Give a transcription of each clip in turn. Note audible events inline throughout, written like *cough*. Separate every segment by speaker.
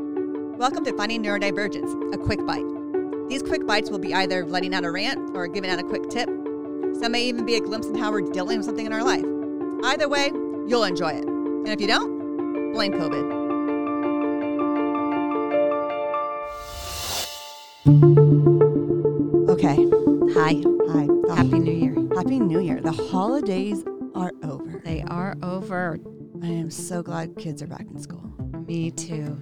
Speaker 1: Welcome to Finding Neurodivergence, a quick bite. These quick bites will be either letting out a rant or giving out a quick tip. Some may even be a glimpse into how we're dealing with something in our life. Either way, you'll enjoy it. And if you don't, blame COVID. Okay. Hi.
Speaker 2: Hi. The
Speaker 1: Happy New Year.
Speaker 2: Happy New Year. The holidays are over.
Speaker 1: They are over.
Speaker 2: I am so glad kids are back in school.
Speaker 1: Me too.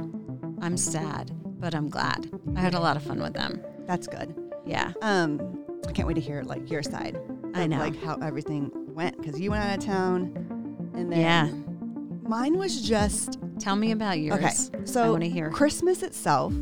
Speaker 3: I'm sad, but I'm glad. I had a lot of fun with them.
Speaker 2: That's good.
Speaker 3: Yeah.
Speaker 2: Um, I can't wait to hear like your side.
Speaker 3: I
Speaker 2: of,
Speaker 3: know.
Speaker 2: Like how everything went because you went out of town, and then
Speaker 3: Yeah.
Speaker 2: mine was just
Speaker 3: Tell me about yours.
Speaker 2: okay. So
Speaker 3: I want to hear.
Speaker 2: Christmas itself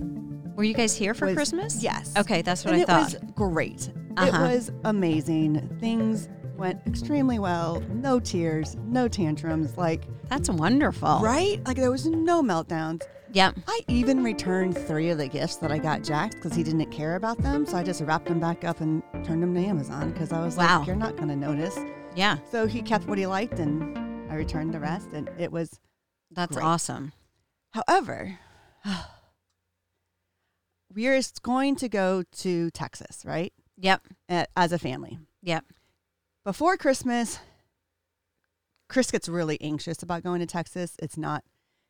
Speaker 3: Were you guys here for
Speaker 2: was-
Speaker 3: Christmas?
Speaker 2: Yes.
Speaker 3: Okay, that's what
Speaker 2: and
Speaker 3: I thought.
Speaker 2: It was great. It
Speaker 3: Uh-huh.
Speaker 2: was amazing. Things went extremely well. No tears, no tantrums. Like
Speaker 3: that's wonderful.
Speaker 2: right? Like there was no meltdowns.
Speaker 3: Yep.
Speaker 2: I even returned three of the gifts that I got Jax because he didn't care about them. So I just wrapped them back up and turned them to Amazon because I was
Speaker 3: Wow.
Speaker 2: like, you're not going to notice.
Speaker 3: Yeah.
Speaker 2: So he kept what he liked and I returned the rest. And it was,
Speaker 3: That's
Speaker 2: Great.
Speaker 3: awesome.
Speaker 2: however, *sighs* we are going to go to Texas, right?
Speaker 3: Yep.
Speaker 2: A- As a family.
Speaker 3: Yep.
Speaker 2: Before Christmas, Chris gets really anxious about going to Texas. It's not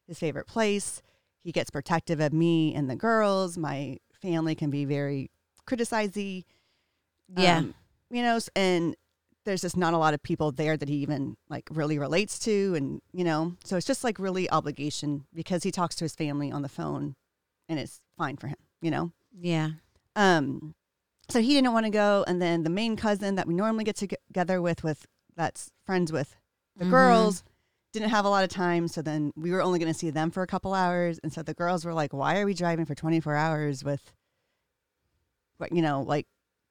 Speaker 2: his favorite place. He gets protective of me and the girls. My family can be very criticizing.
Speaker 3: Yeah.
Speaker 2: Um, you know, s- and there's just not a lot of people there that he even like really relates to. And, you know, so it's just like really obligation because he talks to his family on the phone and it's fine for him, you know?
Speaker 3: yeah.
Speaker 2: Um, so he didn't want to go. And then the main cousin that we normally get to- together with, with that's friends with the
Speaker 3: Mhm.
Speaker 2: girls, didn't have a lot of time. So then we were only going to see them for a couple hours. And so the girls were like, "Why are we driving for 24 hours with, what you know, like,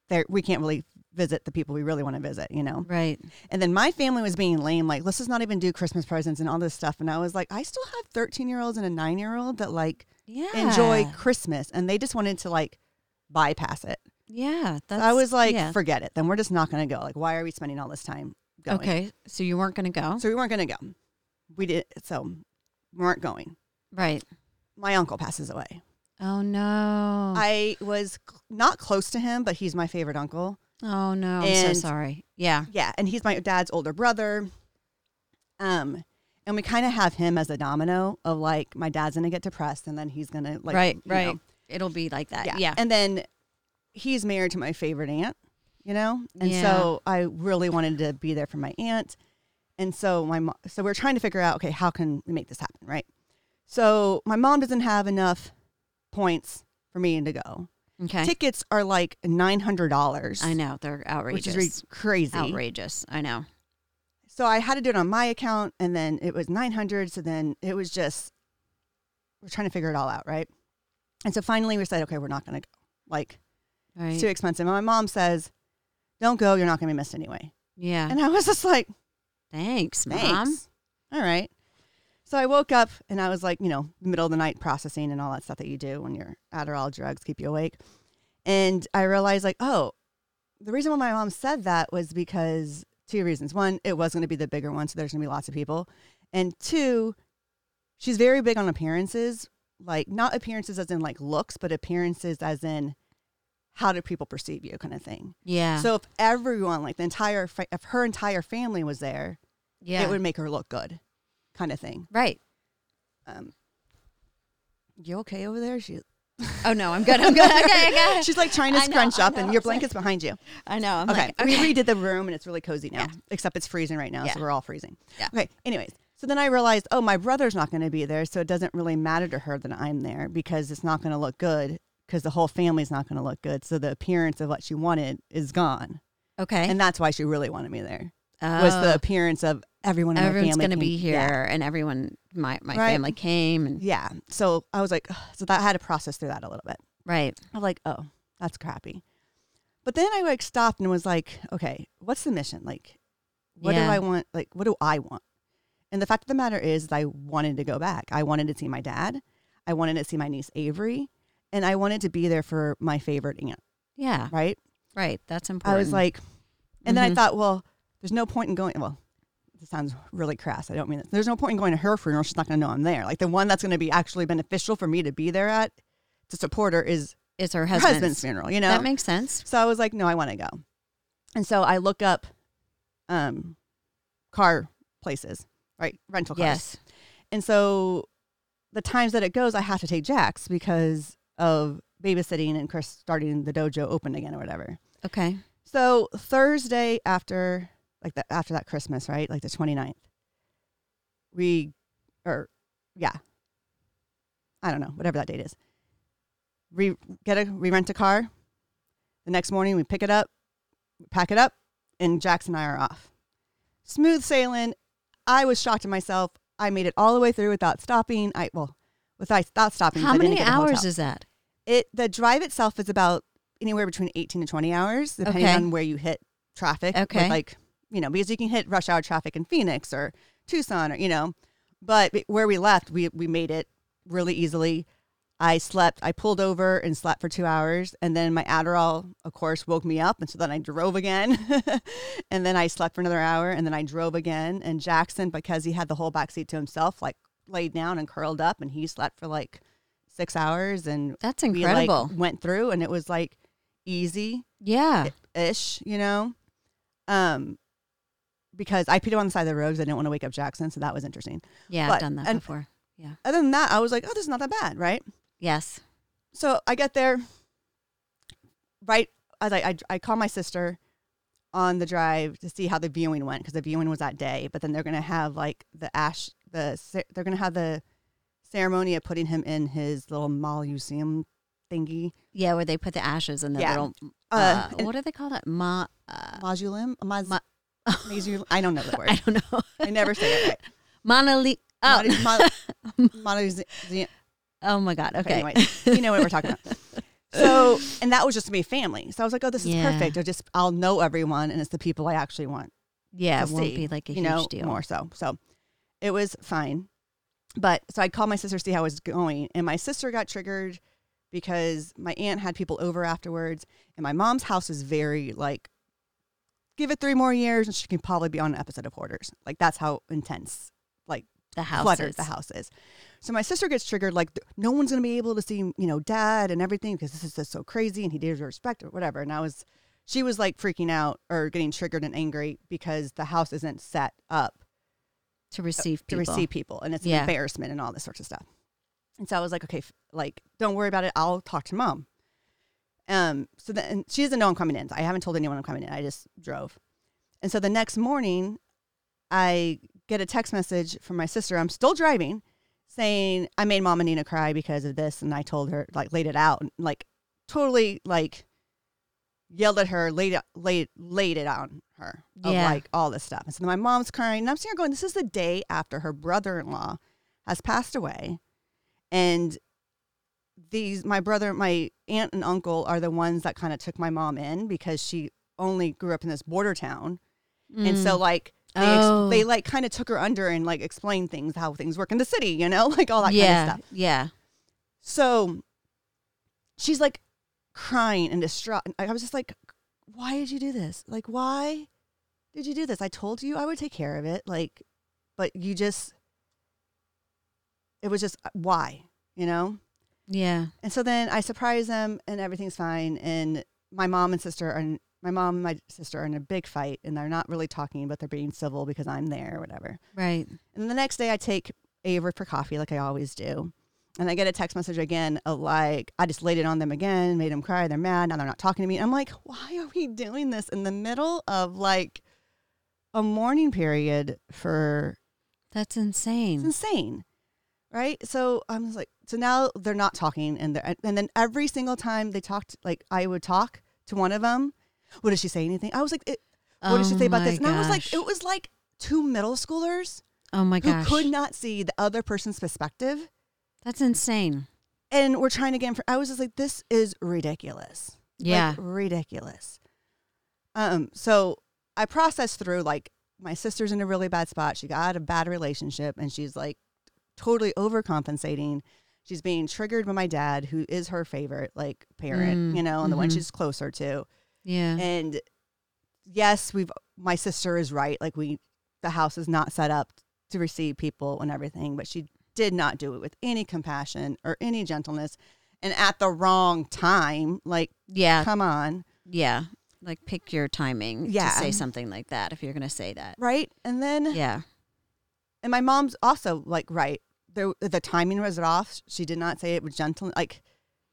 Speaker 2: there we can't really visit the people we really want to visit, you know?"
Speaker 3: Right.
Speaker 2: And then my family was being lame, like, "Let's just not even do Christmas presents and all this stuff." And I was like, "I still have 13 year olds and a nine year old that like
Speaker 3: Yeah.
Speaker 2: enjoy Christmas, and they just wanted to like." bypass it
Speaker 3: Yeah. That's,
Speaker 2: I was like,
Speaker 3: yeah.
Speaker 2: forget it. Then we're just not going to go. Like, why are we spending all this time going?
Speaker 3: okay. So you weren't going to go?
Speaker 2: So we weren't going to go. We did. So we weren't going.
Speaker 3: right.
Speaker 2: My uncle passes away.
Speaker 3: Oh, no.
Speaker 2: I was cl- not close to him, but he's my favorite uncle.
Speaker 3: oh, no. I'm
Speaker 2: And-
Speaker 3: so sorry. Yeah.
Speaker 2: Yeah. And he's my dad's older brother. Um, and we kind of have him as a domino of like, my dad's going to get depressed and then he's going to like,
Speaker 3: right.
Speaker 2: you know,
Speaker 3: Right. It'll be like that. Uh, Yeah.
Speaker 2: And then he's married to my favorite aunt, you know? And
Speaker 3: Yeah.
Speaker 2: so I really wanted to be there for my aunt. And so my mom, so we're trying to figure out, okay, how can we make this happen, right? So my mom doesn't have enough points for me to go.
Speaker 3: Okay.
Speaker 2: Tickets are like $900.
Speaker 3: I know. They're
Speaker 2: Which is
Speaker 3: outrageous.
Speaker 2: re- crazy.
Speaker 3: outrageous. I know.
Speaker 2: So I had to do it on my account and then it was 900. So then it was just, we're trying to figure it all out, right? And so finally we said, okay, we're not going to go. Like,
Speaker 3: Right.
Speaker 2: It's too expensive. And my mom says, Don't go, you're not gonna be missed anyway.
Speaker 3: yeah.
Speaker 2: And I was just like,
Speaker 3: Thanks,
Speaker 2: Thanks.
Speaker 3: mom.
Speaker 2: All right. So I woke up and I was like, you know, middle of the night processing and all that stuff that you do when your Adderall drugs keep you awake. And I realized like, oh, the reason why my mom said that was because two reasons. One, it was gonna be the bigger one, so there's gonna be lots of people. And two, she's very big on appearances. Like not appearances as in like looks, but appearances as in how do people perceive you kind of thing.
Speaker 3: Yeah.
Speaker 2: So if everyone, like the entire, fa- if her entire family was there,
Speaker 3: yeah.
Speaker 2: it would make her look good, kind of thing.
Speaker 3: right.
Speaker 2: Um, you okay over there? She, *laughs*
Speaker 3: Oh no, I'm good. I'm good. *laughs* Okay, I got it.
Speaker 2: she's like trying to
Speaker 3: I know,
Speaker 2: scrunch
Speaker 3: I
Speaker 2: up, and
Speaker 3: know.
Speaker 2: your blanket's behind you.
Speaker 3: I know. I'm
Speaker 2: okay,
Speaker 3: like, okay.
Speaker 2: we redid the room, and it's really cozy now.
Speaker 3: Yeah.
Speaker 2: Except it's freezing right now, so
Speaker 3: Yeah.
Speaker 2: we're all freezing.
Speaker 3: Yeah.
Speaker 2: Okay. Anyways, so then I realized, oh, my brother's not going to be there, so it doesn't really matter to her that I'm there because it's not going to look good because the whole family's not going to look good. So the appearance of what she wanted is gone,
Speaker 3: okay. Oh,
Speaker 2: and that's why she really wanted me there. was the appearance of everyone in my
Speaker 3: everyone's
Speaker 2: family
Speaker 3: going to
Speaker 2: came-
Speaker 3: be here,
Speaker 2: Yeah.
Speaker 3: and everyone, my my
Speaker 2: Right.
Speaker 3: family came, and
Speaker 2: Yeah. So I was like, ugh. so that I had to process through that a little bit.
Speaker 3: right.
Speaker 2: I'm like, oh, that's crappy. But then I like stopped and was like, okay, what's the mission? Like, what do
Speaker 3: Yeah.
Speaker 2: I want? Like, what do I want? And the fact of the matter is, I wanted to go back. I wanted to see my dad. I wanted to see my niece Avery, and I wanted to be there for my favorite aunt.
Speaker 3: Yeah.
Speaker 2: Right.
Speaker 3: Right. That's
Speaker 2: I
Speaker 3: important.
Speaker 2: was like, and then I
Speaker 3: Mhm.
Speaker 2: thought, well, there's no point in going. Well, this sounds really crass. I don't mean it. There's no point in going to her funeral. She's not going to know I'm there. Like the one that's going to be actually beneficial for me to be there at to support her is
Speaker 3: It's her
Speaker 2: her
Speaker 3: husband's.
Speaker 2: husband's, funeral, you know?
Speaker 3: That makes sense.
Speaker 2: so I was like, no, I want to go. And so I look up um, car places, right? Rental cars.
Speaker 3: Yes.
Speaker 2: And so the times that it goes, I have to take Jax because of babysitting and Chris starting the dojo open again or whatever.
Speaker 3: Okay.
Speaker 2: So Thursday after like that after that Christmas, right? Like the 29th. We or yeah. I don't know, whatever that date is. We get a we rent a car. The next morning we pick it up, pack it up, and Jax and I are off. Smooth sailing. I was shocked at myself. I made it all the way through without stopping. I well, without stopping. 'cause
Speaker 3: How
Speaker 2: I didn't
Speaker 3: many
Speaker 2: get a hotel
Speaker 3: hours is that?
Speaker 2: it the drive itself is about anywhere between 18 to 20 hours depending
Speaker 3: Okay.
Speaker 2: on where you hit traffic with,
Speaker 3: Okay.
Speaker 2: like you know because you can hit rush hour traffic in phoenix or tucson or you know but b- where we left we we made it really easily i slept i pulled over and slept for two hours and then my adderall of course woke me up and so then i drove again *laughs* and then i slept for another hour and then i drove again and jackson because he had the whole back seat to himself like laid down and curled up and he slept for like six hours and
Speaker 3: That's
Speaker 2: we,
Speaker 3: incredible.
Speaker 2: like went through and it was like easy
Speaker 3: yeah.
Speaker 2: ish, you know. Um because I peed on the side of the road 'cause I didn't want to wake up Jackson, so that was interesting.
Speaker 3: Yeah.
Speaker 2: but-
Speaker 3: I've done that
Speaker 2: and-
Speaker 3: before.
Speaker 2: Other than that, I was like, oh, this is not that bad, right?
Speaker 3: Yes.
Speaker 2: So I get there right as I I, I call my sister on the drive to see how the viewing went because the viewing was that day, but then they're gonna have like the ash the cer- they're gonna have the ceremony of putting him in his little mausoleum thingy.
Speaker 3: Yeah, where they put the ashes in the
Speaker 2: Yeah.
Speaker 3: little.
Speaker 2: Uh,
Speaker 3: Uh, what do they call that? Ma. Uh,
Speaker 2: Mausoleum? Mas-
Speaker 3: Ma-
Speaker 2: Mazu- I don't know
Speaker 3: *laughs*
Speaker 2: the
Speaker 3: I
Speaker 2: word.
Speaker 3: don't know.
Speaker 2: I never say it right.
Speaker 3: *laughs* Monoli. Oh.
Speaker 2: Maude- mau- maude- okay,
Speaker 3: *laughs* oh my God. Okay. *laughs*
Speaker 2: anyway, you know what we're talking about. So, and that was just me, family. So I was like, oh, this is
Speaker 3: Yeah.
Speaker 2: perfect. I just, I'll know everyone, and it's the people I actually want.
Speaker 3: yeah, it
Speaker 2: to
Speaker 3: won't
Speaker 2: see,
Speaker 3: be like a
Speaker 2: you
Speaker 3: huge
Speaker 2: know,
Speaker 3: deal.
Speaker 2: More so, so it was fine. But so I called my sister to see how it was going, and my sister got triggered because my aunt had people over afterwards, and my mom's house is very like, give it three more years, and she can probably be on an episode of Hoarders. Like that's how intense
Speaker 3: The house.
Speaker 2: cluttered the house is. So my sister gets triggered, like th- no one's gonna be able to see, you know, dad and everything because this is just so crazy and he deserves respect or whatever. And I was, she was like freaking out or getting triggered and angry because the house isn't set up
Speaker 3: To receive
Speaker 2: to
Speaker 3: people.
Speaker 2: receive people and it's an
Speaker 3: Yeah.
Speaker 2: embarrassment and all this sorts of stuff. And so I was like, okay, f- like don't worry about it. I'll talk to mom. Um, so then she doesn't know I'm coming in. I haven't told anyone I'm coming in. I just drove. And so the next morning, I get a text message from my sister. I'm still driving, saying I made Mom and Nina cry because of this, and I told her like laid it out, and, like totally like yelled at her, laid it- laid laid it on her of
Speaker 3: Yeah.
Speaker 2: like all this stuff. And so then my mom's crying, and I'm sitting here going, "This is the day after her brother-in-law has passed away, and." These my brother, my aunt and uncle are the ones that kind of took my mom in because she only grew up in this border town and
Speaker 3: Mm.
Speaker 2: so like they, ex-
Speaker 3: Oh.
Speaker 2: they like kind of took her under and like explained things how things work in the city you know *laughs* like all that
Speaker 3: yeah,
Speaker 2: kind of stuff
Speaker 3: yeah.
Speaker 2: so she's like crying and distraught and i I was just like why did you do this like why did you do this i told you i would take care of it like but you just it was just uh, why you know
Speaker 3: Yeah.
Speaker 2: and so then I surprise them, and everything's fine. And my mom and sister are in, my mom and my sister are in a big fight, and they're not really talking, but they're being civil because I'm there or whatever.
Speaker 3: Right.
Speaker 2: And then the next day, I take Avery for coffee like I always do, and I get a text message again of like I just laid it on them again, made them cry. They're mad now. They're not talking to me. I'm like, why are we doing this in the middle of like a mourning period for
Speaker 3: That's insane.
Speaker 2: it's insane, right? So I'm just like, so now they're not talking, and they're, and then every single time they talked, like I would talk to one of them. What did she say? Anything? I was like, it, what did she
Speaker 3: Oh
Speaker 2: say about
Speaker 3: my
Speaker 2: this? And I was like,
Speaker 3: gosh.
Speaker 2: it was like two middle schoolers
Speaker 3: oh my
Speaker 2: who
Speaker 3: gosh.
Speaker 2: could not see the other person's perspective,
Speaker 3: That's insane.
Speaker 2: and we're trying again. For I was just like, this is ridiculous.
Speaker 3: Yeah.
Speaker 2: Like, ridiculous. Um, so I processed through like my sister's in a really bad spot. She got out of a bad relationship and she's like totally overcompensating. She's being triggered by my dad, who is her favorite like parent,
Speaker 3: Mm,
Speaker 2: you know, and the one
Speaker 3: mhm.
Speaker 2: she's closer to.
Speaker 3: yeah.
Speaker 2: And yes, we've my sister is right. Like we the house is not set up to receive people and everything, but she did not do it with any compassion or any gentleness and at the wrong time. Like,
Speaker 3: Yeah.
Speaker 2: come on.
Speaker 3: Yeah. Like pick your timing
Speaker 2: Yeah.
Speaker 3: to say something like that if you're going to
Speaker 2: *sighs*
Speaker 3: say that.
Speaker 2: Right. And then,
Speaker 3: Yeah.
Speaker 2: and my mom's also like, right. There, the timing was off. She did not say it with gentleness. Like,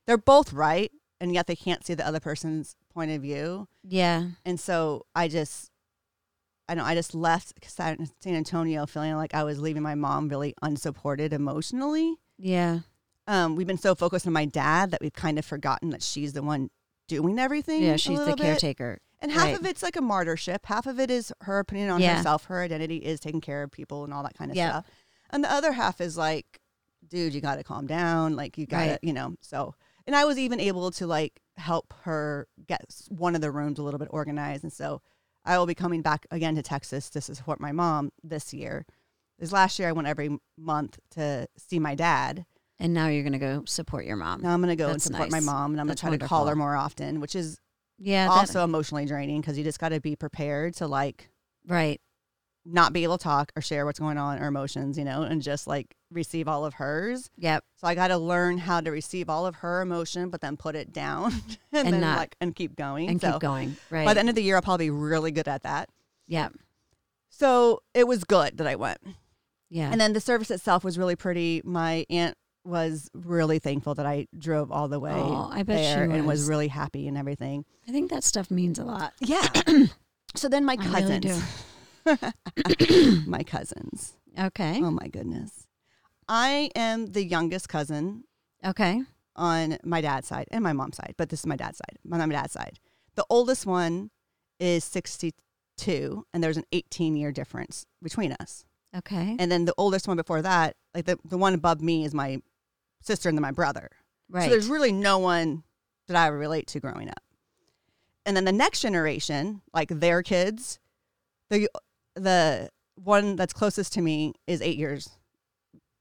Speaker 2: they're both right. And yet they can't see the other person's point of view.
Speaker 3: Yeah.
Speaker 2: And so I just, I know I just left San San Antonio feeling like I was leaving my mom really unsupported emotionally.
Speaker 3: Yeah.
Speaker 2: Um, we've been so focused on my dad that we've kind of forgotten that she's the one doing everything.
Speaker 3: Yeah.
Speaker 2: a
Speaker 3: She's the
Speaker 2: little bit.
Speaker 3: caretaker.
Speaker 2: And half
Speaker 3: right.
Speaker 2: of it's like a martyrship. Half of it is her opinion on
Speaker 3: Yeah.
Speaker 2: herself. Her identity is taking care of people and all that kind of
Speaker 3: Yeah.
Speaker 2: stuff. And the other half is like, dude, you got to calm down. Like, you got to,
Speaker 3: Right.
Speaker 2: you know, so. And I was even able to like help her get s- one of the rooms a little bit organized. And so I will be coming back again to Texas to support my mom this year. This last year, I went every m- month to see my dad.
Speaker 3: And now you're going to go support your mom.
Speaker 2: Now I'm going to go and
Speaker 3: That's
Speaker 2: support my
Speaker 3: nice.
Speaker 2: mom and I'm going
Speaker 3: That's
Speaker 2: to try to call her
Speaker 3: wonderful.
Speaker 2: more often, which is
Speaker 3: Yeah. that-
Speaker 2: also emotionally draining because you just got to be prepared to like
Speaker 3: right.
Speaker 2: not be able to talk or share what's going on or emotions, you know, and just like receive all of hers.
Speaker 3: Yep.
Speaker 2: So I got to learn how to receive all of her emotion, but then put it down *laughs* and,
Speaker 3: And
Speaker 2: then
Speaker 3: not-
Speaker 2: like and keep going.
Speaker 3: And
Speaker 2: so
Speaker 3: keep going. Right.
Speaker 2: by the end of the year, I'll probably be really good at that.
Speaker 3: yep.
Speaker 2: So it was good that I went.
Speaker 3: Yeah.
Speaker 2: And then the service itself was really pretty. My aunt was really thankful that I drove all the way
Speaker 3: Oh, I bet she
Speaker 2: there and was
Speaker 3: was.
Speaker 2: really happy and everything.
Speaker 3: I think that stuff means a lot. *clears throat*
Speaker 2: Yeah. so then my
Speaker 3: I really
Speaker 2: cousins, *laughs* my cousins.
Speaker 3: Okay.
Speaker 2: Oh my goodness. I am the youngest cousin
Speaker 3: Okay.
Speaker 2: on my dad's side and my mom's side, but this is my dad's side. My, my dad's side. The oldest one is 62, and there's an 18 year difference between us.
Speaker 3: Okay.
Speaker 2: And then the oldest one before that, like the, the one above me, is my sister and then my brother.
Speaker 3: right.
Speaker 2: So there's really no one that I relate to growing up. And then the next generation, like their kids, the the one that's closest to me is eight years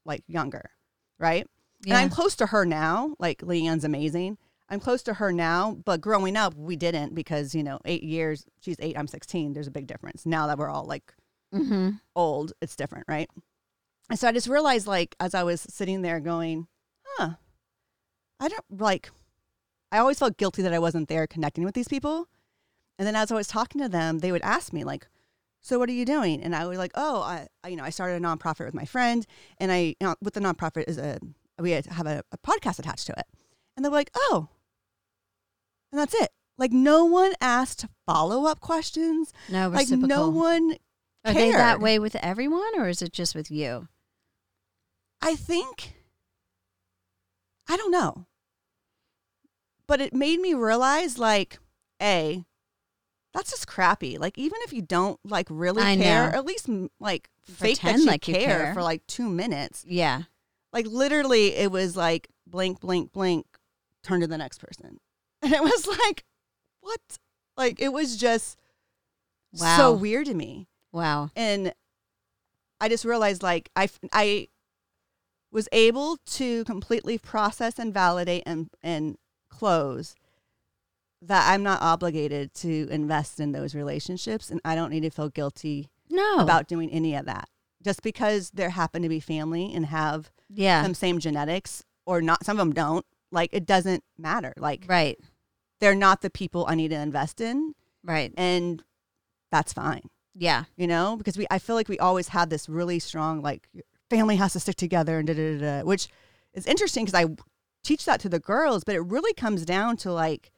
Speaker 2: like younger, right? And
Speaker 3: yeah.
Speaker 2: I'm close to her now. Like Leanne's amazing. I'm close to her now, but growing up we didn't because, you know, eight years, she's eight, I'm sixteen. There's a big difference. Now that we're all like
Speaker 3: mm-hmm.
Speaker 2: old, it's different, right? And so I just realized, like, as I was sitting there going, huh, I don't like, I always felt guilty that I wasn't there connecting with these people. And then as I was talking to them, they would ask me, like, so what are you doing? And I was like, oh, I, I you know, I started a nonprofit with my friend, and I, you know, with the nonprofit is a, we have a, a podcast attached to it. And they were like, oh, and that's it. Like, no one asked follow up questions.
Speaker 3: No
Speaker 2: Like,
Speaker 3: reciprocal.
Speaker 2: no one
Speaker 3: Are they that
Speaker 2: cared.
Speaker 3: way with everyone, or is it just with you?
Speaker 2: I think I don't know. But it made me realize like a that's just crappy. Like even if you don't like really
Speaker 3: I
Speaker 2: care,
Speaker 3: know.
Speaker 2: at least m- like fake that
Speaker 3: Pretend
Speaker 2: you,
Speaker 3: like you
Speaker 2: care
Speaker 3: care.
Speaker 2: for like 2 minutes.
Speaker 3: Yeah.
Speaker 2: Like literally it was like blink blink blink turn to the next person. *laughs* And it was like what? Like it was just
Speaker 3: Wow.
Speaker 2: so weird to me
Speaker 3: Wow.
Speaker 2: and I just realized like I f- I was able to completely process and validate and and close that I'm not obligated to invest in those relationships and I don't need to feel guilty
Speaker 3: No.
Speaker 2: about doing any of that just because they happen to be family and have
Speaker 3: yeah.
Speaker 2: some same genetics or not some of them don't like it doesn't matter like
Speaker 3: right.
Speaker 2: they're not the people I need to invest in
Speaker 3: Right.
Speaker 2: and that's fine
Speaker 3: Yeah.
Speaker 2: you know because we i feel like we always had this really strong like your family has to stick together and da da da da, which is interesting because i teach that to the girls but it really comes down to like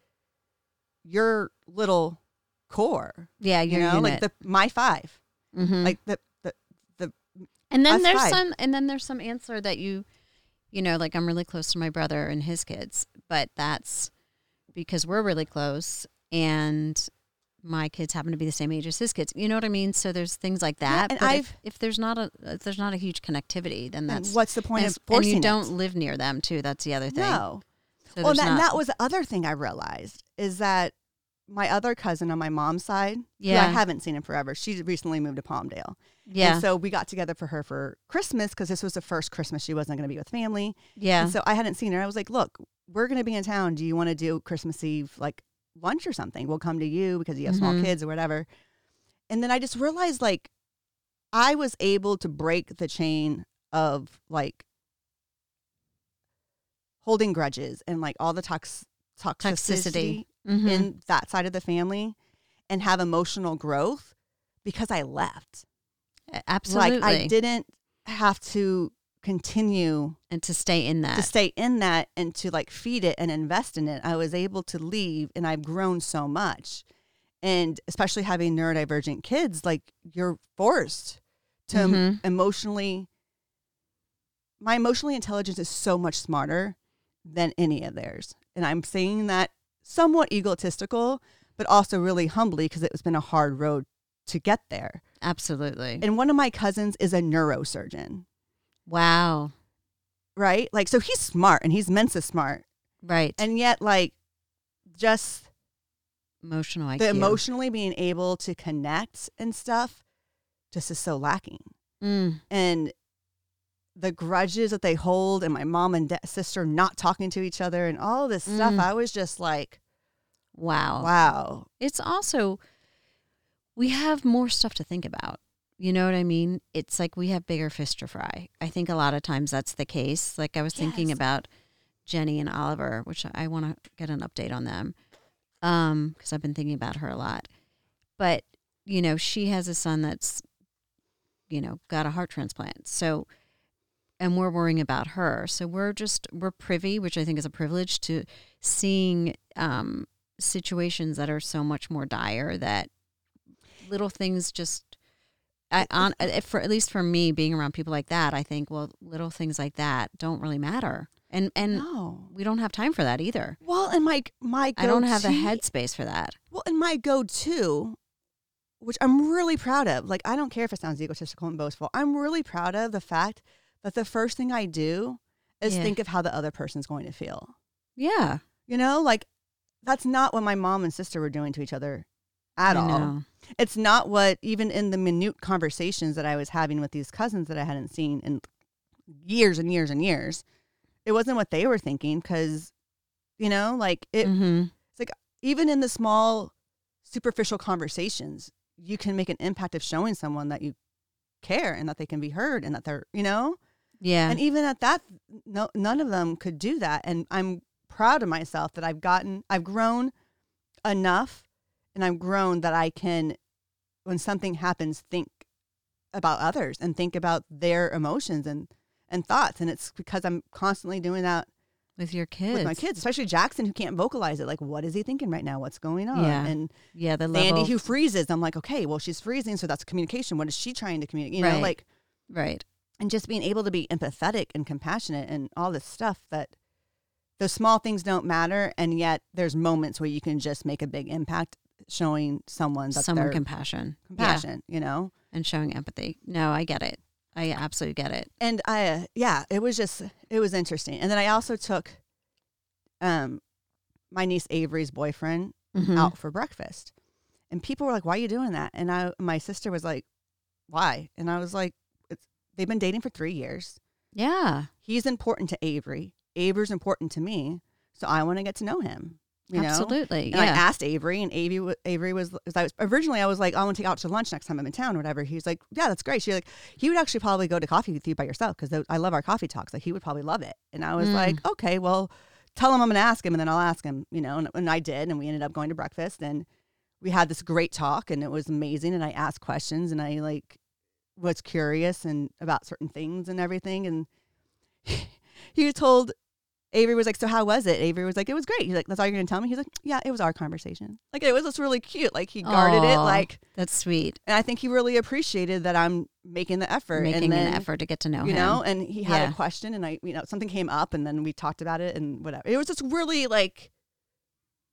Speaker 2: your little core
Speaker 3: Yeah.
Speaker 2: you
Speaker 3: Your
Speaker 2: know like
Speaker 3: unit.
Speaker 2: the my 5
Speaker 3: Mhm.
Speaker 2: like the, the
Speaker 3: and then
Speaker 2: us
Speaker 3: there's
Speaker 2: five.
Speaker 3: some, and then there's some answer that you, you know, like I'm really close to my brother and his kids, but that's because we're really close, and my kids happen to be the same age as his kids. You know what I mean? So there's things like
Speaker 2: Yeah,
Speaker 3: that.
Speaker 2: and
Speaker 3: but
Speaker 2: I've-
Speaker 3: if, if there's not a if there's not a huge connectivity,
Speaker 2: and
Speaker 3: then that's
Speaker 2: what's the point
Speaker 3: and,
Speaker 2: of
Speaker 3: it's- and
Speaker 2: forcing
Speaker 3: you
Speaker 2: it?
Speaker 3: don't live near them too. That's the other thing.
Speaker 2: no well
Speaker 3: So there's
Speaker 2: that, and
Speaker 3: not-
Speaker 2: that was the other thing i realized is that my other cousin on my mom's side yeah
Speaker 3: Yeah.
Speaker 2: i haven't seen in forever she recently moved to palmdale
Speaker 3: yeah,
Speaker 2: And so we got together for her for Christmas because this was the first Christmas she wasn't going to be with family.
Speaker 3: yeah,
Speaker 2: And so I hadn't seen her. I was like, look, we're going to be in town. Do you want to do Christmas Eve like lunch
Speaker 3: Mm-hmm.
Speaker 2: or something? We'll come to you because you have small
Speaker 3: Mhm.
Speaker 2: kids or whatever. And then I just realized like I was able to break the chain of like holding grudges and like all the tox- toxicity,
Speaker 3: Toxicity. Mm-hmm.
Speaker 2: in that side of the family and have emotional growth because I left.
Speaker 3: Absolutely.
Speaker 2: Like I didn't have to continue
Speaker 3: and to stay in that.
Speaker 2: to stay in that and to like feed it and invest in it. I was able to leave and I've grown so much. And especially having neurodivergent kids, like you're forced to em-
Speaker 3: Mhm.
Speaker 2: emotionally. My emotionally intelligence is so much smarter than any of theirs. And I'm saying that somewhat egotistical, but also really humbly because it's been a hard road to get there.
Speaker 3: Absolutely.
Speaker 2: And one of my cousins is a neurosurgeon,
Speaker 3: wow.
Speaker 2: right? Like, so he's smart and he's Mensa smart.
Speaker 3: Right.
Speaker 2: and yet like just
Speaker 3: emotional IQ.
Speaker 2: the emotionally being able to connect and stuff just is so lacking
Speaker 3: Mm.
Speaker 2: and the grudges that they hold and my mom and da- sister not talking to each other and all this stuff
Speaker 3: Mm.
Speaker 2: i was just like
Speaker 3: Wow.
Speaker 2: wow
Speaker 3: It's also we have more stuff to think about. You know what I mean? It's like we have bigger fish to fry. I think a lot of times that's the case. Like I was thinking
Speaker 2: Yes.
Speaker 3: about Jenny and Oliver, which I want to get an update on them um because I've been thinking about her a lot. But you know, she has a son that's you know, got a heart transplant. So and we're worrying about her. So we're just we're privy, which I think is a privilege to seeing um situations that are so much more dire that little things just I, on uh, for at least for me being around people like that, I think well, little things like that don't really matter, and and
Speaker 2: no
Speaker 3: we don't have time for that either.
Speaker 2: well and my my
Speaker 3: I don't have the
Speaker 2: go-to-
Speaker 3: headspace for that.
Speaker 2: well and my go-to which i'm really proud of like i don't care if it sounds egotistical and boastful i'm really proud of the fact that the first thing i do is
Speaker 3: Yeah.
Speaker 2: think of how the other person's going to feel
Speaker 3: Yeah,
Speaker 2: You know, like that's not what my mom and sister were doing to each other at
Speaker 3: I
Speaker 2: all.
Speaker 3: know.
Speaker 2: It's not what even in the minute conversations that I was having with these cousins that I hadn't seen in years and years and years. It wasn't what they were thinking cuz you know, like it
Speaker 3: Mhm.
Speaker 2: even in the small superficial conversations, you can make an impact of showing someone that you care and that they can be heard and that they're, you know?
Speaker 3: Yeah,
Speaker 2: And even at that, no, none of them could do that. And I'm proud of myself that I've gotten, I've grown enough and I've grown that I can, when something happens, think about others and think about their emotions and, and thoughts. And it's because I'm constantly doing that
Speaker 3: with your kids.
Speaker 2: with my kids, especially Jackson, who can't vocalize it. Like, what is he thinking right now? What's going on?
Speaker 3: Yeah.
Speaker 2: And
Speaker 3: Yeah, the level.
Speaker 2: Sandy, who freezes, I'm like, okay, well, she's freezing. So that's communication. What is she trying to communicate? You know,
Speaker 3: Right.
Speaker 2: like,
Speaker 3: right.
Speaker 2: and just being able to be empathetic and compassionate and all this stuff that those small things don't matter and yet there's moments where you can just make a big impact showing someone that
Speaker 3: Someone
Speaker 2: they're
Speaker 3: compassion. Yeah,
Speaker 2: compassion you know
Speaker 3: and showing empathy. No, I get it. I absolutely get it.
Speaker 2: and i uh, yeah it was just it was interesting and then i also took um my niece avery's boyfriend
Speaker 3: Mhm.
Speaker 2: out for breakfast and people were like why are you doing that and i my sister was like why and i was like it's, they've been dating for three years
Speaker 3: Yeah,
Speaker 2: he's important to Avery. Avery's important to me, so I want to get to know him. You know,
Speaker 3: absolutely.
Speaker 2: and
Speaker 3: yeah.
Speaker 2: I asked Avery, and Avery, wa- Avery was, 'cause I was originally I was like, "Oh, I want to take you out to lunch next time I'm in town, or whatever. He's like, Yeah, that's great. She's like, He would actually probably go to coffee with you by yourself because I love our coffee talks. Like he would probably love it. And I was
Speaker 3: Mm.
Speaker 2: like, Okay, well, tell him I'm going to ask him, and then I'll ask him. You know, and, and I did, and we ended up going to breakfast, and we had this great talk, and it was amazing. And I asked questions, and I like was curious and about certain things and everything, and *laughs* he told. Avery was like, so how was it? Avery was like, it was great. He's like, that's all you're gonna tell me. He's like, yeah, it was our conversation. Like it was just really cute. Like he guarded it.
Speaker 3: Aw,
Speaker 2: Like,
Speaker 3: that's sweet.
Speaker 2: and I think he really appreciated that I'm making the effort.
Speaker 3: Making
Speaker 2: and then,
Speaker 3: an effort to get to know
Speaker 2: you
Speaker 3: him.
Speaker 2: know. And he had
Speaker 3: Yeah.
Speaker 2: a question, and I, you know, something came up, and then we talked about it and whatever. It was just really like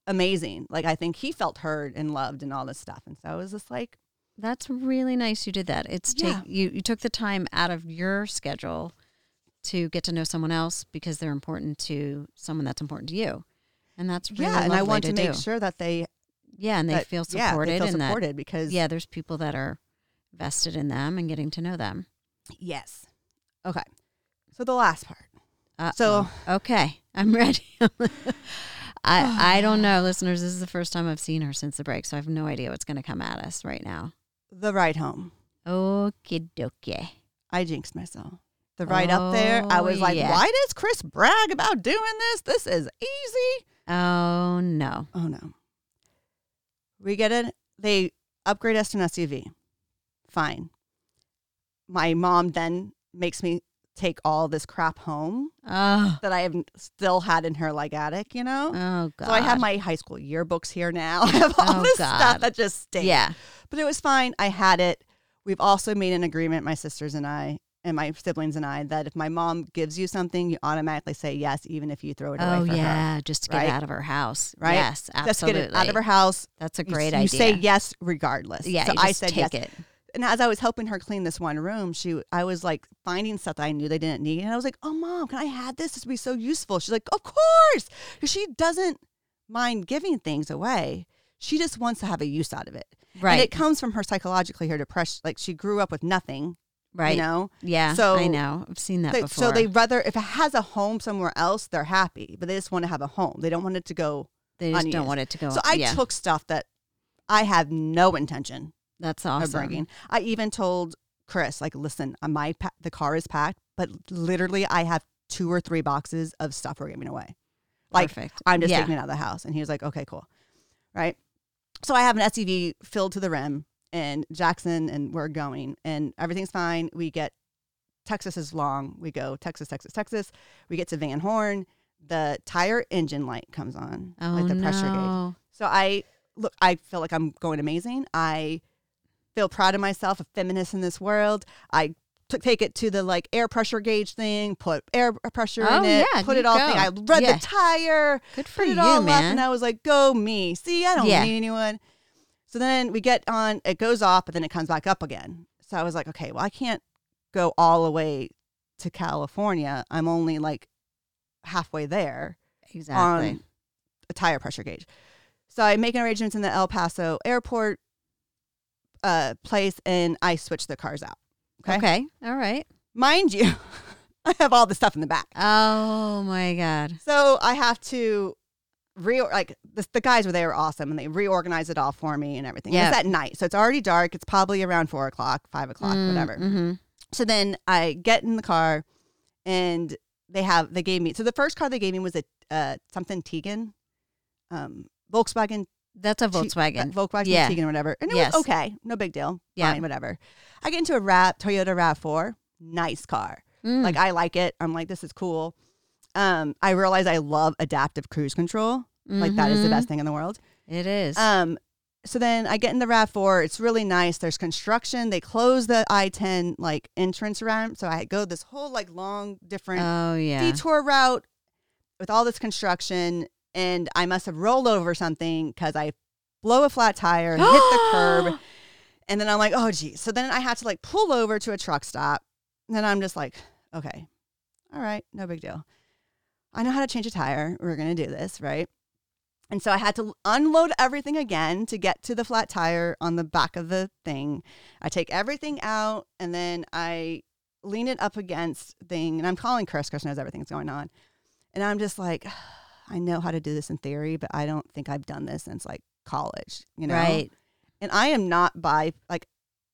Speaker 2: amazing. Like I think he felt heard and loved and all this stuff. And so I was just like,
Speaker 3: That's really nice you did that. It's
Speaker 2: Yeah.
Speaker 3: take you you took the time out of your schedule to get to know someone else because they're important to someone that's important to you. And that's really
Speaker 2: yeah. And I
Speaker 3: lovely
Speaker 2: want to, make
Speaker 3: do.
Speaker 2: sure that they,
Speaker 3: Yeah, and they
Speaker 2: that-
Speaker 3: feel
Speaker 2: yeah,
Speaker 3: supported
Speaker 2: they feel
Speaker 3: and
Speaker 2: supported because
Speaker 3: that yeah, there's people that are vested in them and getting to know them.
Speaker 2: yes, okay. So the last part.
Speaker 3: Uh-oh.
Speaker 2: So-
Speaker 3: okay, I'm ready. *laughs*
Speaker 2: *sighs*
Speaker 3: I I don't know, listeners. This is the first time I've seen her since the break, so I have no idea what's going to come at us right now.
Speaker 2: The ride home.
Speaker 3: Okie dokie.
Speaker 2: I jinxed myself. The ride up there, I
Speaker 3: Oh,
Speaker 2: was like,
Speaker 3: yeah.
Speaker 2: why does Chris brag about doing this? This is easy.
Speaker 3: Oh no.
Speaker 2: Oh no. We get it. They upgrade us to an SUV. Fine. My mom then makes me take all this crap home
Speaker 3: Oh.
Speaker 2: that I have still had in her like attic, you know?
Speaker 3: Oh god.
Speaker 2: So I have my high school yearbooks here now. *laughs* I have all
Speaker 3: Oh,
Speaker 2: this
Speaker 3: God.
Speaker 2: stuff that just stays.
Speaker 3: Yeah.
Speaker 2: But it was fine. I had it. We've also made an agreement, my sisters and I, and my siblings and I, that if my mom gives you something, you automatically say yes, even if you throw it away
Speaker 3: Oh
Speaker 2: for her.
Speaker 3: yeah. Just to get
Speaker 2: right?
Speaker 3: it out of her house.
Speaker 2: Right?
Speaker 3: Yes.
Speaker 2: Just
Speaker 3: Absolutely.
Speaker 2: get it out of her house.
Speaker 3: That's a
Speaker 2: You-
Speaker 3: great
Speaker 2: you,
Speaker 3: idea.
Speaker 2: say yes regardless.
Speaker 3: Yeah.
Speaker 2: So
Speaker 3: you
Speaker 2: I
Speaker 3: just
Speaker 2: said yes.
Speaker 3: take it.
Speaker 2: And as I was helping her clean this one room, she I was like finding stuff that I knew they didn't need. And I was like, Oh mom, can I have this? This would be so useful. She's like, Of course. Because she doesn't mind giving things away. She just wants to have a use out of it. And
Speaker 3: Right.
Speaker 2: it comes from her psychologically, her depression. Like she grew up with nothing,
Speaker 3: Right.
Speaker 2: you know?
Speaker 3: Yeah.
Speaker 2: So-
Speaker 3: I know. I've seen that
Speaker 2: They-
Speaker 3: before.
Speaker 2: so they rather, if it has a home somewhere else, they're happy, but they just want to have a home. They don't want it to go.
Speaker 3: They just don't
Speaker 2: unused.
Speaker 3: want it to go.
Speaker 2: so I
Speaker 3: yeah,
Speaker 2: took stuff that I have no intention
Speaker 3: that's
Speaker 2: of
Speaker 3: awesome.
Speaker 2: bringing. I even told Chris, like, listen, uh, my pa- the car is packed, but literally I have two or three boxes of stuff we're giving away. Like,
Speaker 3: Perfect.
Speaker 2: I'm just
Speaker 3: yeah.
Speaker 2: taking it out of the house. And he was like, okay, cool. Right. So I have an SUV filled to the rim and Jackson and we're going and everything's fine. We get Texas is long. We go Texas, Texas, Texas. We get to Van Horn. The tire engine light comes on,
Speaker 3: Oh,
Speaker 2: like the pressure gauge.
Speaker 3: no.
Speaker 2: So I look, I feel like I'm going amazing. I feel proud of myself, a feminist in this world. I took take it to the like air pressure gauge thing, put air pressure
Speaker 3: Oh,
Speaker 2: in it,
Speaker 3: yeah,
Speaker 2: put
Speaker 3: you
Speaker 2: it all.
Speaker 3: go.
Speaker 2: Thing. I read
Speaker 3: Yeah.
Speaker 2: the tire
Speaker 3: Good for
Speaker 2: put
Speaker 3: you,
Speaker 2: it all up,
Speaker 3: man.
Speaker 2: and I was like, "Go me!" See, I don't
Speaker 3: Yeah.
Speaker 2: need anyone. So then we get on, it goes off, but then it comes back up again. So I was like, "Okay, well, I can't go all the way to California. I'm only like halfway there
Speaker 3: exactly.
Speaker 2: on a tire pressure gauge." So I make an arrangement in the El Paso airport uh, place, and I switch the cars out.
Speaker 3: okay.
Speaker 2: Okay,
Speaker 3: All right.
Speaker 2: mind you, *laughs* I have all the stuff in the back.
Speaker 3: Oh my God.
Speaker 2: So I have to re like the, the guys were they were awesome and they reorganized it all for me and everything. And It's
Speaker 3: Yeah.
Speaker 2: at night, so it's already dark. It's probably around four o'clock, five o'clock, whatever.
Speaker 3: Mm-hmm.
Speaker 2: So then I get in the car, and they have they gave me so the first car they gave me was a uh, something Tegan, um, Volkswagen
Speaker 3: That's a
Speaker 2: Te-
Speaker 3: Volkswagen.
Speaker 2: uh, Volkswagen
Speaker 3: Yeah.
Speaker 2: Tiguan or whatever. And it
Speaker 3: Yes.
Speaker 2: was okay. No big deal.
Speaker 3: Yeah.
Speaker 2: Fine, whatever. I get into a RAV, Toyota RAV4. Nice car.
Speaker 3: Mm.
Speaker 2: Like, I like it. I'm like, this is cool. Um, I realize I love adaptive cruise control. Like, that is the
Speaker 3: Mhm.
Speaker 2: best thing in the world.
Speaker 3: It is.
Speaker 2: Um, so then I get in the RAV4. It's really nice. There's construction. They close the I 10 like entrance ramp. So I go this whole like long, different
Speaker 3: oh yeah. *gasps*
Speaker 2: detour route with all this construction, and I must have rolled over something because I blow a flat tire and hit
Speaker 3: *gasps*
Speaker 2: the curb, and then I'm like, oh geez. So then I had to like pull over to a truck stop, and then I'm just like, okay, all right, no big deal. I know how to change a tire. We're gonna do this, right? And so I had to unload everything again to get to the flat tire on the back of the thing. I take everything out and then I lean it up against thing and I'm calling Chris. Chris knows everything's going on. And I'm just like, *sighs* I know how to do this in theory, but I don't think I've done this since like college, you know?
Speaker 3: Right.
Speaker 2: And I am not by like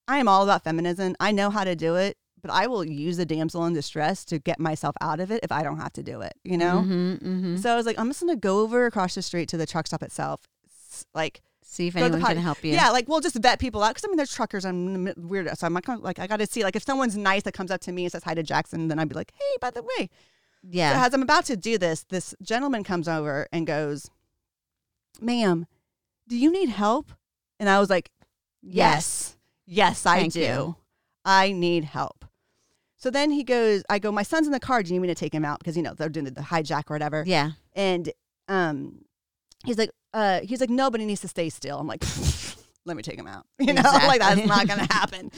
Speaker 2: I am all about feminism. I know how to do it, but I will use a damsel in distress to get myself out of it if I don't have to do it, you know?
Speaker 3: Mm-hmm, mm-hmm.
Speaker 2: So I was like, I'm just gonna go over across the street to the truck stop itself. S- Like,
Speaker 3: See if
Speaker 2: go to the
Speaker 3: anyone
Speaker 2: potty.
Speaker 3: can help you.
Speaker 2: yeah, like we'll just vet people out because I mean, there's truckers. I'm n- weird, so I'm like, kinda like I got to see like if someone's nice that comes up to me and says hi to Jackson, then I'd be like, hey, by the way, so
Speaker 3: Yeah.
Speaker 2: as I'm about to do this, this gentleman comes over and goes, ma'am, do you need help? And I was like, Yes. Yes, I
Speaker 3: Thank
Speaker 2: do.
Speaker 3: you.
Speaker 2: I need help. So then he goes, I go, my son's in the car. Do you need me to take him out? Because, you know, they're doing the hijack or whatever.
Speaker 3: Yeah.
Speaker 2: And um, he's like, uh, he's like, no, but he needs to stay still. I'm like, *laughs* let me take him out. *laughs* You know, like
Speaker 3: Exactly.
Speaker 2: that's not going to happen.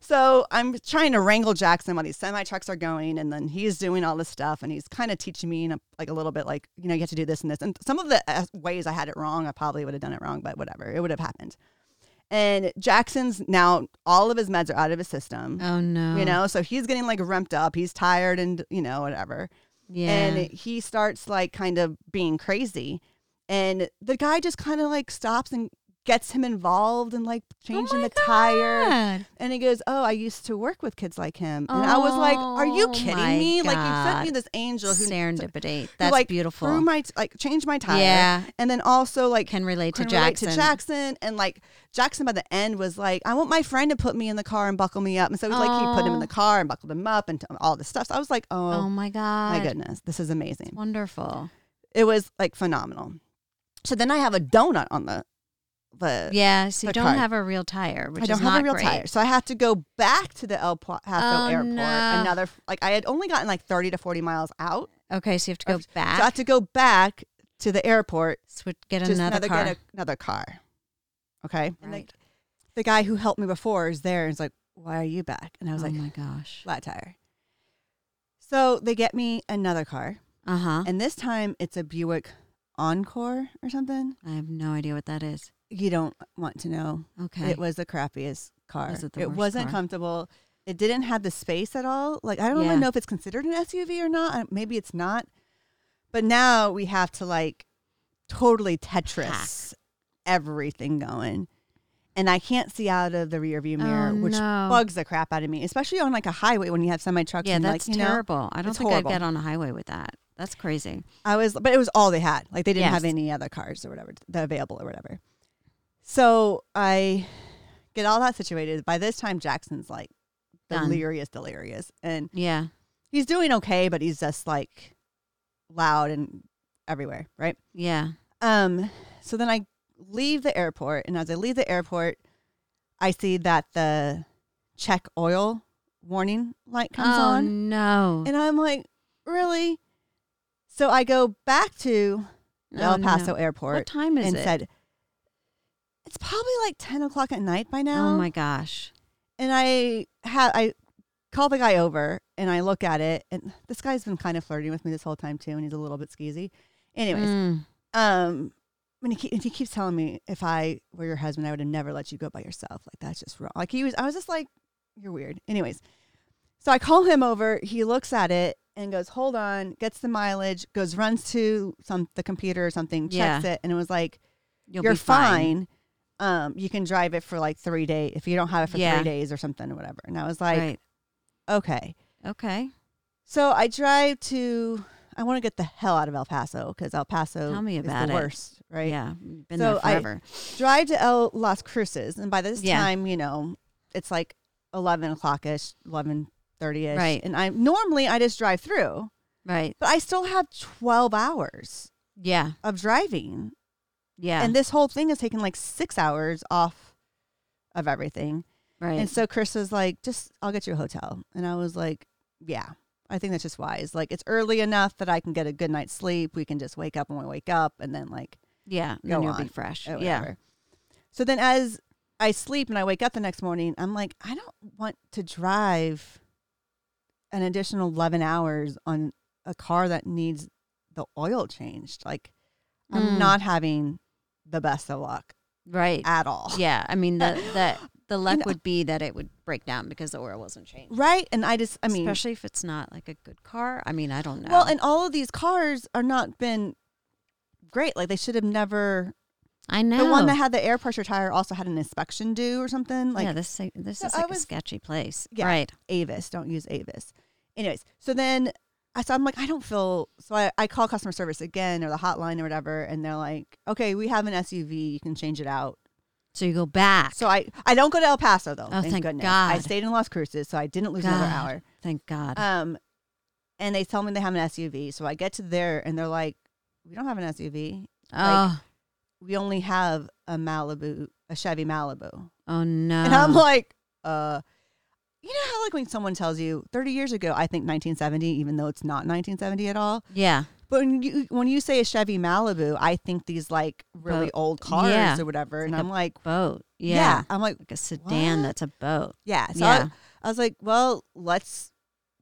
Speaker 2: so I'm trying to wrangle Jackson while these semi trucks are going, and then he's doing all this stuff, and he's kind of teaching me, in a, like a little bit, like you know, you have to do this and this. And some of the uh, ways I had it wrong, I probably would have done it wrong, but whatever, it would have happened. And Jackson's now all of his meds are out of his system.
Speaker 3: Oh no.
Speaker 2: You know, so he's getting like remped up. He's tired and, you know, whatever
Speaker 3: Yeah.
Speaker 2: and he starts like kind of being crazy and the guy just kind of like stops and gets him involved in like changing
Speaker 3: Oh my
Speaker 2: the tire.
Speaker 3: God.
Speaker 2: And he goes, "Oh, I used to work with kids like him." And I was like, "Are you
Speaker 3: Oh
Speaker 2: kidding
Speaker 3: my
Speaker 2: me? Like you sent
Speaker 3: God.
Speaker 2: me this angel who
Speaker 3: Serendipity.
Speaker 2: who,
Speaker 3: That's
Speaker 2: like,
Speaker 3: beautiful.
Speaker 2: Through my t- like changed my tire.
Speaker 3: Yeah.
Speaker 2: And then also like
Speaker 3: Can relate to
Speaker 2: can relate
Speaker 3: Jackson.
Speaker 2: to Jackson and like Jackson by the end was like, I want my friend to put me in the car and buckle me up. And so like he put him in
Speaker 3: Oh.
Speaker 2: the car and buckled him up and t- all this stuff. So I was like, oh,
Speaker 3: Oh my God.
Speaker 2: my goodness, this is amazing.
Speaker 3: Wonderful.
Speaker 2: It was like phenomenal. So then I have a donut on the the.
Speaker 3: Yeah. So
Speaker 2: the
Speaker 3: you don't
Speaker 2: card.
Speaker 3: have a real tire, which
Speaker 2: I don't
Speaker 3: is
Speaker 2: have
Speaker 3: not
Speaker 2: a real
Speaker 3: great.
Speaker 2: tire, so I have to go back to the El Pa- Paso
Speaker 3: Oh,
Speaker 2: airport.
Speaker 3: no.
Speaker 2: Another f- like I had only gotten like thirty to forty miles out,
Speaker 3: Okay. So you have to go
Speaker 2: so I
Speaker 3: back.
Speaker 2: have to go back to the airport
Speaker 3: Switch, Ah. get
Speaker 2: just
Speaker 3: another car.
Speaker 2: Get a, another car. Okay. And the,
Speaker 3: Right.
Speaker 2: the guy who helped me before is there and is like, why are you back? And I was
Speaker 3: oh
Speaker 2: like,
Speaker 3: my gosh.
Speaker 2: flat tire. So they get me another car.
Speaker 3: Uh huh.
Speaker 2: And this time it's a Buick Encore or something.
Speaker 3: I have no idea what that is.
Speaker 2: You don't want to know.
Speaker 3: Okay.
Speaker 2: It was the crappiest car.
Speaker 3: Was it the
Speaker 2: it
Speaker 3: worst
Speaker 2: wasn't
Speaker 3: car?
Speaker 2: comfortable. It didn't have the space at all. Like, I don't
Speaker 3: Yeah.
Speaker 2: even know if it's considered an SUV or not. Uh, Maybe it's not. But now we have to like totally Tetris everything going. And I can't see out of the rear view mirror, which
Speaker 3: Oh, no.
Speaker 2: bugs the crap out of me, especially on like a highway when you have semi trucks.
Speaker 3: yeah,
Speaker 2: and
Speaker 3: that's
Speaker 2: like, you know,
Speaker 3: terrible. I don't
Speaker 2: it's
Speaker 3: think
Speaker 2: horrible.
Speaker 3: I'd get on a highway with that. That's crazy.
Speaker 2: I was, but it was all they had. Like they didn't
Speaker 3: Yes.
Speaker 2: have any other cars or whatever that available or whatever. So I get all that situated. By this time, Jackson's like
Speaker 3: Done.
Speaker 2: delirious, delirious, and
Speaker 3: Yeah.
Speaker 2: he's doing okay, but he's just like loud and everywhere, right?
Speaker 3: Yeah.
Speaker 2: Um, so then I leave the airport, and as I leave the airport, I see that the check oil warning light comes
Speaker 3: oh
Speaker 2: on.
Speaker 3: no.
Speaker 2: And I'm like, really? So I go back to the
Speaker 3: Oh,
Speaker 2: El
Speaker 3: no.
Speaker 2: Paso airport
Speaker 3: What time is
Speaker 2: and
Speaker 3: it?
Speaker 2: said, it's probably like 10 o'clock at night by now.
Speaker 3: Oh my gosh.
Speaker 2: and I had, I call the guy over and I look at it. And this guy's been kind of flirting with me this whole time too. And he's a little bit skeezy. Anyways,
Speaker 3: Mm.
Speaker 2: um, and he, keep, and he keeps telling me if I were your husband, I would have never let you go by yourself. Like that's just wrong. Like he was, I was just like, you're weird. Anyways, so I call him over. He looks at it and goes, hold on. Gets the mileage. Goes runs to some the computer or something. Checks it, and it was like
Speaker 3: You'll
Speaker 2: you're
Speaker 3: be fine.
Speaker 2: fine. Um, you can drive it for like three days if you don't have it for
Speaker 3: Yeah.
Speaker 2: three days or something or whatever. And I was like,
Speaker 3: right.
Speaker 2: okay.
Speaker 3: Okay.
Speaker 2: So I drive to. I want to get the hell out of El Paso because El Paso
Speaker 3: Tell me
Speaker 2: is
Speaker 3: about
Speaker 2: the
Speaker 3: it.
Speaker 2: worst, right?
Speaker 3: Yeah. Been
Speaker 2: So
Speaker 3: there
Speaker 2: I-
Speaker 3: forever.
Speaker 2: drive to El Las Cruces, and by this
Speaker 3: Yeah.
Speaker 2: time, you know, it's like eleven o'clock ish, eleven thirty ish,
Speaker 3: Right.
Speaker 2: And I normally I just drive through,
Speaker 3: right.
Speaker 2: but I still have twelve hours
Speaker 3: Yeah.
Speaker 2: of driving,
Speaker 3: Yeah.
Speaker 2: and this whole thing is taking like six hours off of everything.
Speaker 3: right.
Speaker 2: And so Chris was like, "Just I'll get you a hotel," and I was like, "Yeah." I think that's just wise. Like it's early enough that I can get a good night's sleep. We can just wake up when we wake up, and then like
Speaker 3: yeah. and
Speaker 2: go
Speaker 3: Then you'll
Speaker 2: on.
Speaker 3: be fresh.
Speaker 2: or
Speaker 3: Oh, yeah.
Speaker 2: whatever. So then as I sleep and I wake up the next morning, I'm like, I don't want to drive an additional 11 hours on a car that needs the oil changed. Like, I'm
Speaker 3: Mm.
Speaker 2: not having the best of luck
Speaker 3: Right.
Speaker 2: at all. Right,
Speaker 3: Yeah. I mean the that
Speaker 2: *gasps*
Speaker 3: the luck
Speaker 2: know-
Speaker 3: would be that it would break down because the oil wasn't changed.
Speaker 2: And I just, I mean,
Speaker 3: especially if it's not like a good car. I mean, I don't know.
Speaker 2: well, and all of these cars are not been great. Like, they should have never.
Speaker 3: I know
Speaker 2: The one that had the air pressure tire also had an inspection due or something. Like,
Speaker 3: yeah, this is- this
Speaker 2: So
Speaker 3: is
Speaker 2: I
Speaker 3: like a
Speaker 2: was-
Speaker 3: sketchy place,
Speaker 2: Yeah.
Speaker 3: right?
Speaker 2: Avis. Don't use Avis. Anyways, so then I so I'm like, I don't feel so I, I call customer service again or the hotline or whatever, and they're like, Okay, we have an SUV, you can change it out.
Speaker 3: So you go back.
Speaker 2: So I I don't go to El Paso though.
Speaker 3: Oh, thank
Speaker 2: goodness. I
Speaker 3: God.
Speaker 2: stayed in Las Cruces, so I didn't lose another
Speaker 3: God.
Speaker 2: hour.
Speaker 3: Thank God.
Speaker 2: Um and they tell me they have an SUV. So I get to there and they're like, We don't have an SUV.
Speaker 3: oh,
Speaker 2: We only have a Malibu a Chevy Malibu.
Speaker 3: oh no.
Speaker 2: And I'm like, uh, you know how like when someone tells you 30 years ago, I think 1970, even though it's not 1970 at all.
Speaker 3: yeah,
Speaker 2: But when you when you say a Chevy Malibu, I think these like really
Speaker 3: Boat.
Speaker 2: old cars
Speaker 3: Uh, Yeah.
Speaker 2: or whatever, and
Speaker 3: like a
Speaker 2: I'm like,
Speaker 3: boat. Yeah,
Speaker 2: yeah. I'm like,
Speaker 3: like a sedan
Speaker 2: What?
Speaker 3: that's a boat.
Speaker 2: yeah. So
Speaker 3: yeah,
Speaker 2: I, I was like, well, let's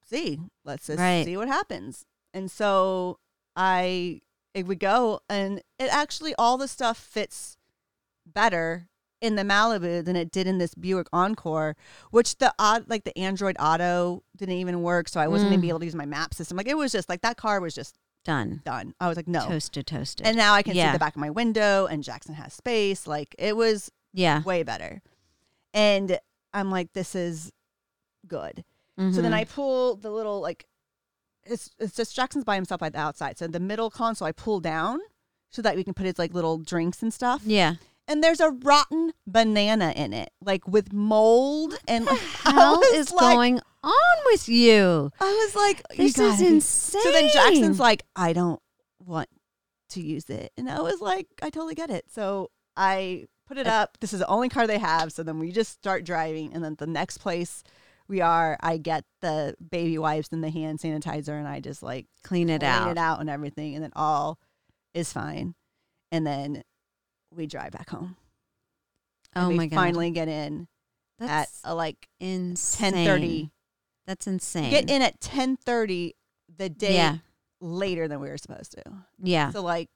Speaker 2: see, let's just
Speaker 3: Right.
Speaker 2: see what happens. And so I it would go, and it actually all the stuff fits better in the Malibu than it did in this Buick Encore, which the odd like the Android Auto didn't even work, so I wasn't
Speaker 3: Mm.
Speaker 2: gonna be able to use my map system. Like it was just like that car was just
Speaker 3: done.
Speaker 2: done. I was like, no.
Speaker 3: Toasted, toasted.
Speaker 2: And now I can see
Speaker 3: Yeah.
Speaker 2: the back of my window, and Jackson has space. Like it was *laughs*
Speaker 3: yeah.
Speaker 2: way better. And I'm like, this is good. So then
Speaker 3: Mhm.
Speaker 2: I pull the little like, it's it's just Jackson's by himself by the outside. So the middle console I pull down so that we can put his like little drinks and stuff.
Speaker 3: Yeah.
Speaker 2: And there's a rotten banana in it, like with mold and like, *laughs* *laughs*
Speaker 3: Hell
Speaker 2: I was
Speaker 3: is
Speaker 2: like,
Speaker 3: going on with you?
Speaker 2: I was like, you
Speaker 3: This is
Speaker 2: gotta be
Speaker 3: insane.
Speaker 2: So then Jackson's like, I don't want to use it. And I was like, I totally get it. So I put it up. This is the only car they have. So then we just start driving. And then the next place we are, I get the baby wipes and the hand sanitizer and I just like
Speaker 3: clean it
Speaker 2: clean
Speaker 3: out.
Speaker 2: it out and everything. And then all is fine. And then we drive back home. and
Speaker 3: Oh
Speaker 2: we
Speaker 3: my god.
Speaker 2: finally get in
Speaker 3: That's
Speaker 2: at uh, like
Speaker 3: insane.
Speaker 2: 10.30.
Speaker 3: That's insane.
Speaker 2: Get in at 10.30 the day
Speaker 3: Yeah.
Speaker 2: later than we were supposed to.
Speaker 3: Yeah.
Speaker 2: So like,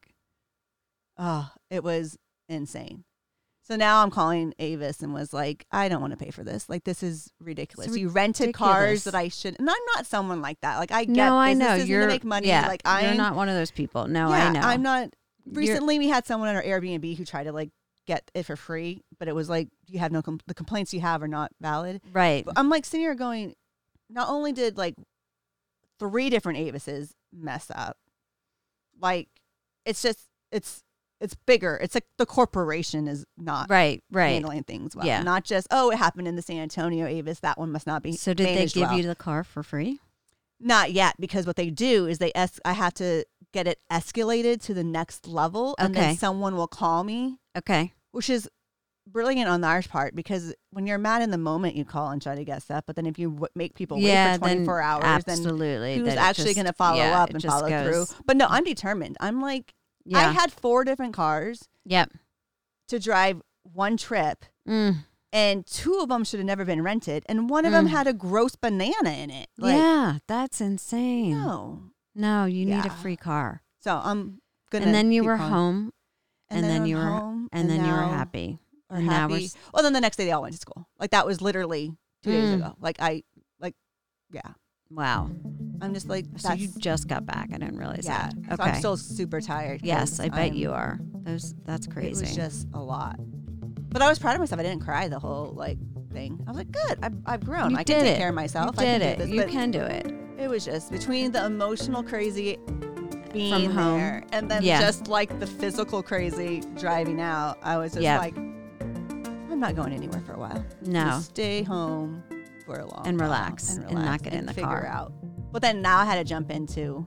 Speaker 2: oh, it was insane. So now I'm calling Avis and was like, I don't want to pay for this. Like this is ridiculous.
Speaker 3: It's
Speaker 2: you rented cars
Speaker 3: ridiculous.
Speaker 2: that I should, and I'm not someone like that. Like I get
Speaker 3: no, I know
Speaker 2: businesses need to
Speaker 3: you're
Speaker 2: make money.
Speaker 3: Yeah,
Speaker 2: like I'm
Speaker 3: you're not one of those people. No,
Speaker 2: yeah,
Speaker 3: I know.
Speaker 2: I'm not.
Speaker 3: You're-
Speaker 2: Recently, we had someone on our Airbnb who tried to like get it for free, but it was like you have no com- the complaints you have are not valid.
Speaker 3: right.
Speaker 2: But I'm like sitting here going, not only did like three different Avises mess up, like it's just it's it's bigger. It's like the corporation is not
Speaker 3: Right. Right.
Speaker 2: handling things well.
Speaker 3: Yeah.
Speaker 2: Not just oh, it happened in the San Antonio Avis. That one must not be.
Speaker 3: So did they
Speaker 2: managed
Speaker 3: give
Speaker 2: well."
Speaker 3: you the car for free?
Speaker 2: Not yet, because what they do is they es- I have to get it escalated to the next level, and then
Speaker 3: Okay.
Speaker 2: someone will call me,
Speaker 3: Okay.
Speaker 2: which is brilliant on our part because when you're mad in the moment, you call and try to get stuff. But then if you w- make people
Speaker 3: yeah.
Speaker 2: wait for 24
Speaker 3: then
Speaker 2: hours, then
Speaker 3: absolutely.
Speaker 2: who's
Speaker 3: that it
Speaker 2: actually
Speaker 3: just-
Speaker 2: going to follow
Speaker 3: yeah,
Speaker 2: up
Speaker 3: it
Speaker 2: and
Speaker 3: just
Speaker 2: follow
Speaker 3: goes-
Speaker 2: through? But no, I'm determined. I'm like, I
Speaker 3: Yeah.
Speaker 2: had four different cars
Speaker 3: Yep.
Speaker 2: to drive one trip,
Speaker 3: Mm.
Speaker 2: and two of them should have never been rented, and one of them
Speaker 3: Mm.
Speaker 2: had a gross banana in it. Like,
Speaker 3: yeah. That's insane.
Speaker 2: no.
Speaker 3: No, you need
Speaker 2: Yeah.
Speaker 3: a free car.
Speaker 2: So I'm gonna.
Speaker 3: And then you
Speaker 2: keep
Speaker 3: were
Speaker 2: calling.
Speaker 3: home, and then
Speaker 2: I'm
Speaker 3: you were-
Speaker 2: home,
Speaker 3: and, then you were
Speaker 2: now
Speaker 3: happy.
Speaker 2: we're
Speaker 3: and now we're
Speaker 2: happy.
Speaker 3: s-
Speaker 2: well, then the next day they all went to school. Like that was literally two days
Speaker 3: Mm.
Speaker 2: ago. Like I, like, yeah.
Speaker 3: Wow.
Speaker 2: I'm just like
Speaker 3: So
Speaker 2: that's
Speaker 3: you just got back. I didn't realize
Speaker 2: yeah.
Speaker 3: that.
Speaker 2: So
Speaker 3: Okay.
Speaker 2: I'm still super tired.
Speaker 3: yes,
Speaker 2: 'cause
Speaker 3: I bet
Speaker 2: I'm-
Speaker 3: you are. Those. That's
Speaker 2: It
Speaker 3: crazy.
Speaker 2: was just a lot. But I was proud of myself. I didn't cry the whole like thing. I was like, good. I've, I've grown.
Speaker 3: You
Speaker 2: I can
Speaker 3: did
Speaker 2: take
Speaker 3: it.
Speaker 2: care of myself.
Speaker 3: you
Speaker 2: I
Speaker 3: did
Speaker 2: can
Speaker 3: it.
Speaker 2: Do this.
Speaker 3: you
Speaker 2: But
Speaker 3: can do it.
Speaker 2: It was just between the emotional crazy being
Speaker 3: home.
Speaker 2: there and then
Speaker 3: Yeah.
Speaker 2: just like the physical crazy driving out. I was just
Speaker 3: Yeah.
Speaker 2: like, I'm not going anywhere for a while.
Speaker 3: No.
Speaker 2: Just stay home for a long
Speaker 3: And
Speaker 2: while
Speaker 3: relax, and not get in the
Speaker 2: figure
Speaker 3: car.
Speaker 2: out. But then now I had to jump into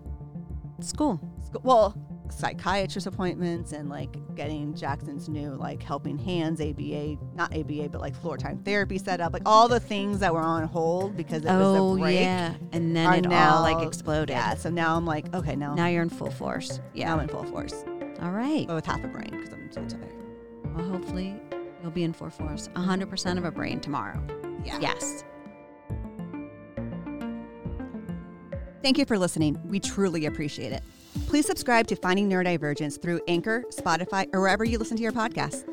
Speaker 3: School.
Speaker 2: sc- well psychiatrist appointments and like getting Jackson's new like helping hands ABA not ABA but like floor time therapy set up like all the things that were on hold because it was
Speaker 3: Oh
Speaker 2: the break.
Speaker 3: yeah. And then
Speaker 2: are
Speaker 3: it all like
Speaker 2: now-
Speaker 3: exploded.
Speaker 2: Yeah, so now I'm like, okay, now,
Speaker 3: Now you're in full force.
Speaker 2: now I'm
Speaker 3: Yeah.
Speaker 2: in full force,
Speaker 3: All right.
Speaker 2: but with half a brain because I'm so tired.
Speaker 3: Well, hopefully you'll be in full force. 100% of a brain tomorrow.
Speaker 2: Yeah.
Speaker 3: Yes.
Speaker 2: Thank you for listening. We truly appreciate it.
Speaker 1: Please subscribe to Finding Neurodivergence through Anchor, Spotify, or wherever you listen to your podcasts.